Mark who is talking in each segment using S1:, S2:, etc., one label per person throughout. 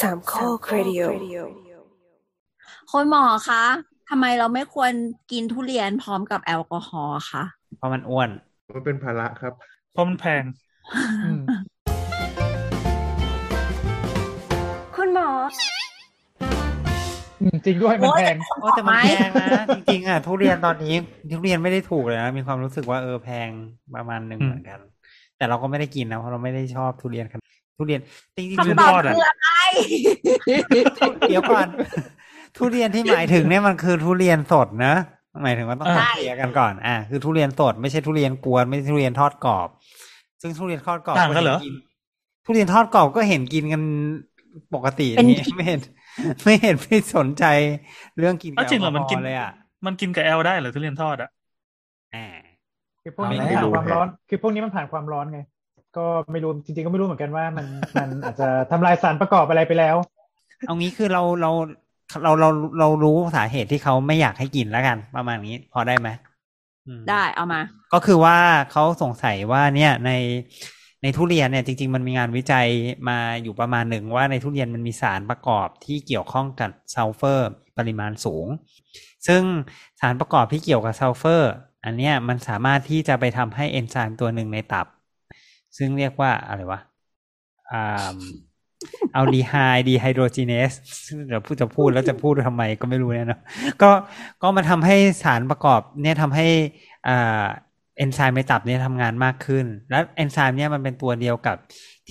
S1: สามข้อครดิโอ
S2: คุณหมอคะทำไมเราไม่ควรกินทุเรียนพร้อมกับแอลกอฮอล์คะ
S3: เพราะมันอ้วน
S4: มันเป็นภาระครับ
S5: เพราะมันแพง อืม
S1: คุณหมอ
S6: อืมจริงด้วยมันแพง
S3: โอ้แต่มัน
S2: ไม่
S3: แพงนะ จริงๆอ่ะทุเรียนตอนนี้ทุเรียนไม่ได้ถูกเลยนะ มีความรู้สึกว่าเออแพงประมาณหนึ่ง
S5: อืม
S3: เหมือนกัน แต่เราก็ไม่ได้กินนะเพราะเราไม่ได้ชอบทุเรียนขนาดทุเรียนจริงๆ
S5: คำ
S3: ทุ
S2: คำตอบ
S5: ทอดอะ
S2: คืออะไร
S3: เดี๋ยวก่อน ทุเรียนที่หมายถึงเนี่ยมันคือทุเรียนสดนะหมายถึงว่าต้อง
S2: ใช่
S3: เคลียร์กันก่อนอ่ะคือทุเรียนสดไม่ใช่ทุเรียนกวนไม่ใช่ทุเรียนทอดกรอบ ซึ่งทุเรียนทอดกรอบ
S5: ต่างกันเหรอ
S3: ห็ทุเรียนทอดกรอบก็เห็นกินกันปกติ
S2: เป็น
S3: นี่ไม่เห็น ไม่เห็นไม่สนใจเรื่องกิน
S5: เอ้าจริงเหรอมันกิน
S3: แลกฮอล์เลยอ่ะ
S5: มันกินกับแอลได้เหรอทุเรียนทอดอะ
S3: อ่า
S6: คือพวกนี้
S3: เอา
S6: มัน
S3: แล้ว
S6: ผ่านความร้อน คือพวกนี้มันผ่านความร้อนไง ก็ไม่รู้จริงๆก็ไม่รู้เหมือนกันว่ามัน มันอาจจะทำลายสารประกอบอะไรไปแล้ว
S3: เอางี้คือเราเราเราเราเรารู้สาเหตุที่เขาไม่อยากให้กินแล้วกัน ประมาณนี้ พอได้ไหมอืม
S2: ได้เอามา
S3: ก็คือว่าเขาสงสัยว่าเนี่ยในในทุเรียนเนี่ยจริง ๆ มันมีงานวิจัยมาอยู่ประมาณหนึ่งว่าในทุเรียนมันมีสารประกอบที่เกี่ยวข้องกับซัลเฟอร์ปริมาณสูง ซึ่งสารประกอบที่เกี่ยวกับซัลเฟอร์ อันเนี้ยมันสามารถที่จะไปทำให้เอนไซม์ตัวหนึ่งในตับ ซึ่งเรียกว่าอะไรวะอ่าอัลดีไฮดีไฮโดรจีเนสเดี๋ยวพูดจะพูดแล้วจะพูดทำไมก็ไม่รู้เนี่ยเนอะก็ก็มาทำให้สารประกอบเนี่ยทำให้อ่า เอนไซม์ในตับเนี่ยทำงานมากขึ้น และเอนไซม์เนี่ยมันเป็นตัวเดียวกับ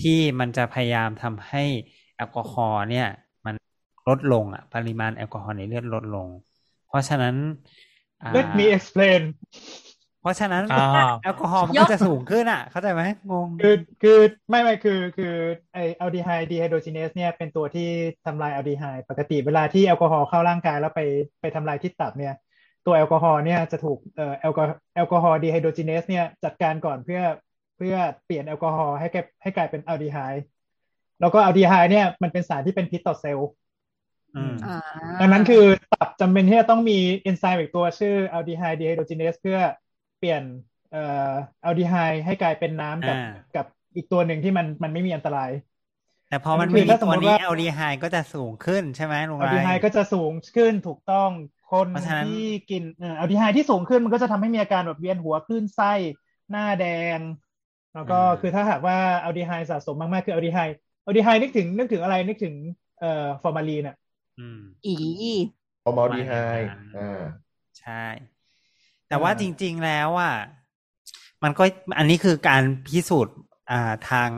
S3: ที่มันจะพยายามทำให้แอลกอฮอล์เนี่ย มันลดลงอะปริมาณแอลกอฮอล์ในเลือดลดลง เพราะฉะนั้นอ่า
S6: Let me explain
S3: เพราะฉะนั้น
S5: อ้าว
S3: แอลกอฮอล์มันก็จะสูงขึ้นอะเข้าใจไหมงง
S6: คือคือไม่ไม่คือคือไอแอลดีไฮดีไฮโดรจีเนสเนี่ยเป็นตัวที่ทำลายแอลดีไฮปกติเวลาที่แอลกอฮอล์เข้าร่างกายแล้วไปไปทำลายที่ตับเนี่ย ตัวแอลกอฮอล์เนี่ยจะถูกเอ่อแอลกอแอลกอฮอล์ดีไฮโดรจีเนสเนี่ยจัดการก่อนเพื่อเพื่อเปลี่ยนแอลกอฮอล์ให้แกให้กลายเป็นแอลดีไฮแล้วก็แอลดีไฮเนี่ยมันเป็นสารที่เป็นพิษต่อเซลล์
S3: อืม
S2: อ่า
S6: ดังนั้นคือตับจำเป็นที่จะต้องมีเอนไซม์อีกตัวชื่อ aldehyde dehydrogenase เพื่อเปลี่ยนเอ่อ aldehyde ให้กลายเป็นน้ำกับ
S3: อ่า
S6: กับอีกตัวหนึ่งที่มันมันไม่มีอันตราย
S3: แต่พอมันไม่
S6: คือ
S3: มี
S6: ถ้าสม
S3: ตัว
S6: มติ
S3: นี้
S6: ว่า
S3: แอลดีไฮก็จะสูงขึ้นใช่ไหมลุงไร
S6: aldehyde ก็จะสูงขึ้นถูกต้องคน
S3: เพราะฉะนั้น
S6: ที่กินเอ่อ aldehyde ที่สูงขึ้นมันก็จะทำให้มีอาการแบบเวียนหัวคลื่นไส้ หน้าแดง แล้วก็คือถ้าหากว่า aldehyde สะสมมากๆคือ aldehyde aldehyde นึกถึงนึกถึงอะไรนึกถึงเอ่อฟอร์มาลีนอะ
S3: อืม
S2: อี
S4: ออมาดีไฮอ่า
S3: ใช่ แต่ว่า
S6: อ่า
S3: จริง ๆ แล้วอ่ะมันก็อันนี้คือการพิสูจน์อ่าทาง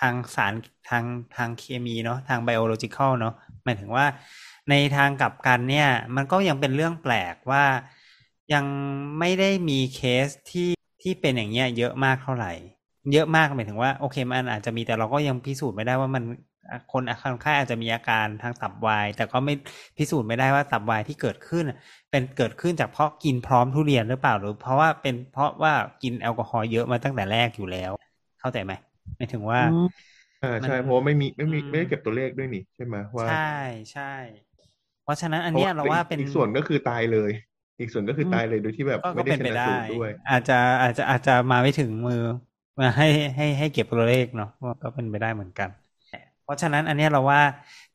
S3: ทางสารทางทางเคมีเนาะทางไบโอโลจิคอลเนาะหมายถึงว่าในทางกลับกันเนี่ย มันก็ยังเป็นเรื่องแปลกว่ายังไม่ได้มีเคสที่ที่เป็นอย่างเงี้ยเยอะมากเท่าไหร่ เยอะมากหมายถึงว่าโอเคมันอาจจะมีแต่เราก็ยังพิสูจน์ไม่ได้ว่ามันคนคนไข้อาจจะมีอาการทางตับวาย แต่ก็ไม่พิสูจน์ไม่ได้ว่าตับวายที่เกิดขึ้น เป็นเกิดขึ้นจากเพราะกินพร้อมทุเรียนหรือเปล่าหรือ เพราะว่าเป็นเพราะว่ากินแอลกอฮอล์เยอะมาตั้งแต่แรกอยู่แล้ว เข้าใจไหมหมายถึงว่า
S2: อืม
S4: อ่า
S3: มัน
S4: ใช่เพราะว่าไม่มีไม่มี
S3: อืม
S4: ไม่ได้เก็บตัวเลขด้วยนี่ใช่ไหมว่า
S3: ใช่ใช่ เพราะฉะนั้นอันเนี้ย
S4: พะ
S3: เราว่าเป็น
S4: อีกส่วนก็คือตายเลย อีกส่วนก็คือ
S3: อืม
S4: ตายเลยโดยที่แบบ
S3: ก็
S4: ไม่
S3: ก็
S4: ได้
S3: เป็น
S4: ช
S3: ไป
S4: นะ
S3: ได้
S4: สูตรด้วย
S3: อาจจะอาจจะอาจจะมาไม่ถึงมือ มาให้ให้ให้เก็บตัวเลขเนาะก็ก็เป็นไปได้เหมือนกัน เพราะฉะนั้นอันเนี้ยเราว่า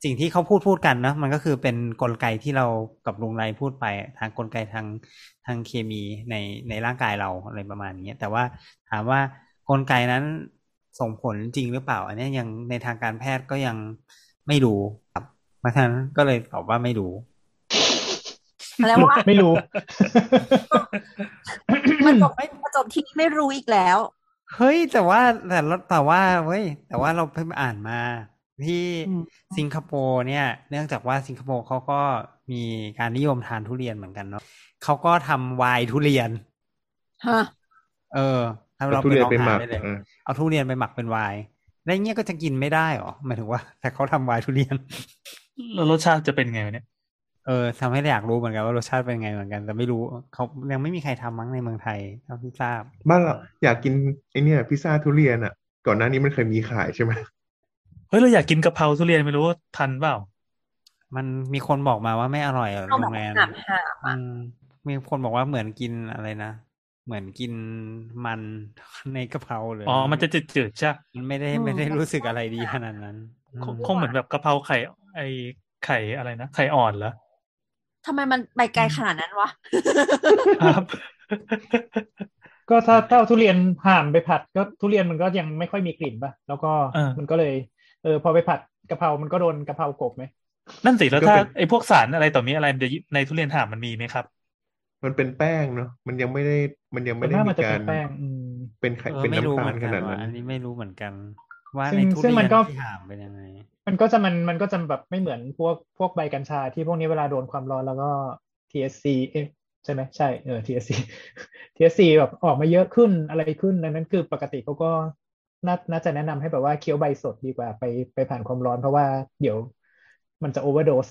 S3: สิ่งที่เขาพูดพูดกันเนาะมันก็คือเป็นกลไกที่เรากับลุงไรพูดไป ทางกลไกทางทางเคมีในในร่างกายเราอะไรประมาณนี้แต่ว่าถามว่ากลไกนั้นส่งผลจริงหรือเปล่า อันเนี้ยยังในทางการแพทย์ก็ยังไม่รู้ครับเพราะฉะนั้นก็เลยตอบว่าไม่รู้
S2: แสดง ว่า
S6: ไม่รู้
S2: มันจบไม่จบที่ไม่รู้อีกแล้ว
S3: เฮ้ย แต่ว่าแต่เราแต่ว่าเว้ยแต่ว่าเราเพิ่งอ่านมาที่
S2: อืม
S3: สิงคโปร์เนี่ย เนื่องจากว่าสิงคโปร์เขาก็มีการนิยมทานทุเรียนเหมือนกันเนาะเขาก็ทำไวน์ทุเรียน
S2: ฮะ
S3: เออถ้าเรา
S4: ทุ
S3: ไป
S4: เรีย
S3: ล
S4: น
S3: อง
S4: เป็นห
S3: หา
S4: มัก
S3: ได้เลย
S4: อ่า
S3: เอาทุเรียนไปหมักเป็นไวน์แล้วอย่างเงี้ยก็จะกินไม่ได้หรอหมายถึง ว่า แต่เขาทำไวน์ทุเรียน
S5: แล้วรสชาติจะเป็นไงวะเนี่ย
S3: เออทำให้อยากรู้เหมือนกันว่ารสชาติเป็นไงเหมือนกัน แต่ไม่รู้เขายังไม่มีใครทำมั้งในเมืองไทยเท่าที่ทราบ
S4: บ้านเราอยากกินไอเนี่ยพิซซ่าทุเรียนอ่ะ ก่อนหน้านี้มันเคยมีขายใช่ไหม
S5: เฮ้ย เราอยากกินกะเพราทุเรียนไม่รู้ว่าทันเปล่า
S3: มันมีคนบอกมาว่าไม่อร่อยอะ
S2: เอาแบ
S3: โร
S2: บ
S3: งแรม
S2: หามหาม
S3: อืมมีคนบอกว่าเหมือนกินอะไรนะ เหมือนกินมันในกะเพราเลย
S5: อ๋อ มันจะจืดๆใช่
S3: มันไม่ได้
S2: อืม
S3: ไม่ได้รู้สึกอะไรดีขนาดนั้นอืม
S5: คงคงเหมือนแบบกะเพราไข่ไอไข่อะไรนะ ไข่อ่อนเหรอ
S2: ทำไมมันไปไกลขนาดนั้นวะ
S5: ครับ
S6: ก็ถ้าถ้าเอาทุเรียนห่ามไปผัดก็ทุเรียนมันก็ยังไม่ค่อยมีกลิ่นป่ะ แล้วก็
S5: เออ
S6: มันก็เลยเออพอไปผัดกะเพรา มันก็โดนกะเพรากบไหม
S5: นั่นสิแล้ว
S4: ก็
S5: ถ้า
S4: เป็น
S5: ไอพวกสารอะไรต่อมีอะไรมันจะอยู่ในทุเรียนห่ามมันมีไหมครับ
S4: มันเป็นแป้งเนาะมันยังไม่ได้มันยัง
S6: ส่
S4: ไม่
S6: วน
S4: ได้มี
S6: มากมันจะ
S4: กา
S6: เป็
S4: ร
S6: นแป้งอืม
S4: เป็นไข่
S3: เออ
S4: เป็น
S3: ไม่รู้
S4: น้ำ
S3: เหมือน
S4: ตาลข
S3: กัน
S4: นาด
S3: ว่ะ
S4: นั้น
S3: อันนี้ไม่รู้เหมือนกัน ว่า
S6: ซึ่
S3: ใน
S6: ง
S3: ทุ
S6: ซึ่
S3: เรี
S6: ง
S3: ย
S6: มัน นก็
S3: ที่หามเป็นยังไง
S6: มันก็จะมันมันก็จะแบบไม่เหมือนพวกพวกใบกัญชาที่พวกนี้เวลาโดนความร้อนแล้วก็ TSC เอ๊ะใช่ไหมใช่เออ TSC TSC แบบออกมาเยอะขึ้นอะไรขึ้นดังนั้นคือปกติเขาก็น่าน่าจะแนะนำให้แบบว่าเคี้ยวใบสดดีกว่าไปไปผ่านความร้อนเพราะว่าเดี๋ยวมันจะโอเวอร์โดส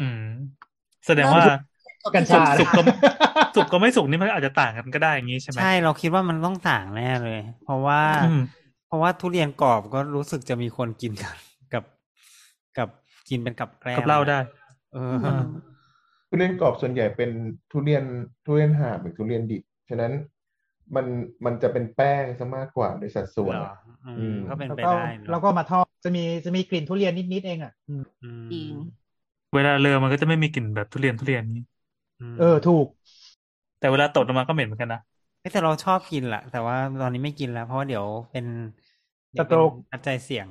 S5: อืม แสดงว่า
S6: แล้ว กัญชา
S5: สุกก็ สุกก็ไม่สุกนี่มันอาจจะต่างกันก็ได้อย่างนี้ใช่ไหม
S3: ใช่เราคิดว่ามันต้องต่างแน่เลย เพราะว่า
S5: อืม
S3: เพราะว่าทุเรียนกรอบก็รู้สึกจะมีคนกินกันกับ กับกินเป็นกับแกล้ม
S5: กับเหล้าได้
S3: เออ
S5: อืม
S4: ทุเรียนกรอบส่วนใหญ่เป็นทุเรียนทุเรียนหาบหรือทุเรียนดิบฉะนั้นมันมันจะเป็นแป้งซะมากกว่าในสัดส่วน
S3: เหรออื
S4: อื
S3: ม
S4: ม
S3: ก็เป็น
S6: แล้
S3: ไป
S6: วก็
S3: ได้เนอะ
S6: แล้วก็มาทอดจะมีจะมีกลิ่นทุเรียนนิดๆเองอ่ะอืม
S3: อืม
S2: จริง
S5: เวลาเลอมันก็จะไม่มีกลิ่นแบบทุเรียนทุเรียนนี้
S3: ม
S6: เออถูก
S5: แต่เวลาตดออกมาก็เหม็นเหมือนกันนะ
S3: เอ้ยแต่เราชอบกินแหละแต่ว่าตอนนี้ไม่กินแล้ว เพราะว่าเดี๋ยวเป็นเดี๋ยว
S6: สโตรก
S3: เป็นปัจจัยเสี่ยง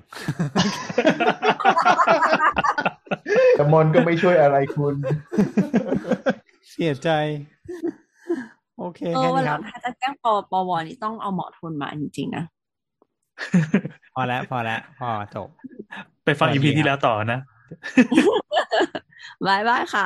S4: แต่มอนก็ไม่ช่วยอะไรคุณ
S3: เสียใจ โอเค
S2: เอ
S3: แค่
S2: อวัน
S3: นี้
S2: ห
S3: ค
S2: ลัง
S3: รับ
S2: ถ้าจะแจ้งปปวนี่ต้องเอาหมอทุนมาจริงๆนะ
S3: พอแล้วพอแล้วพอจบ
S5: ไปฟัง
S3: สวัส
S5: อี
S3: ดี
S5: พี
S3: ครับ
S5: ที่แล้วต่อนะ
S2: บายบายค่ะ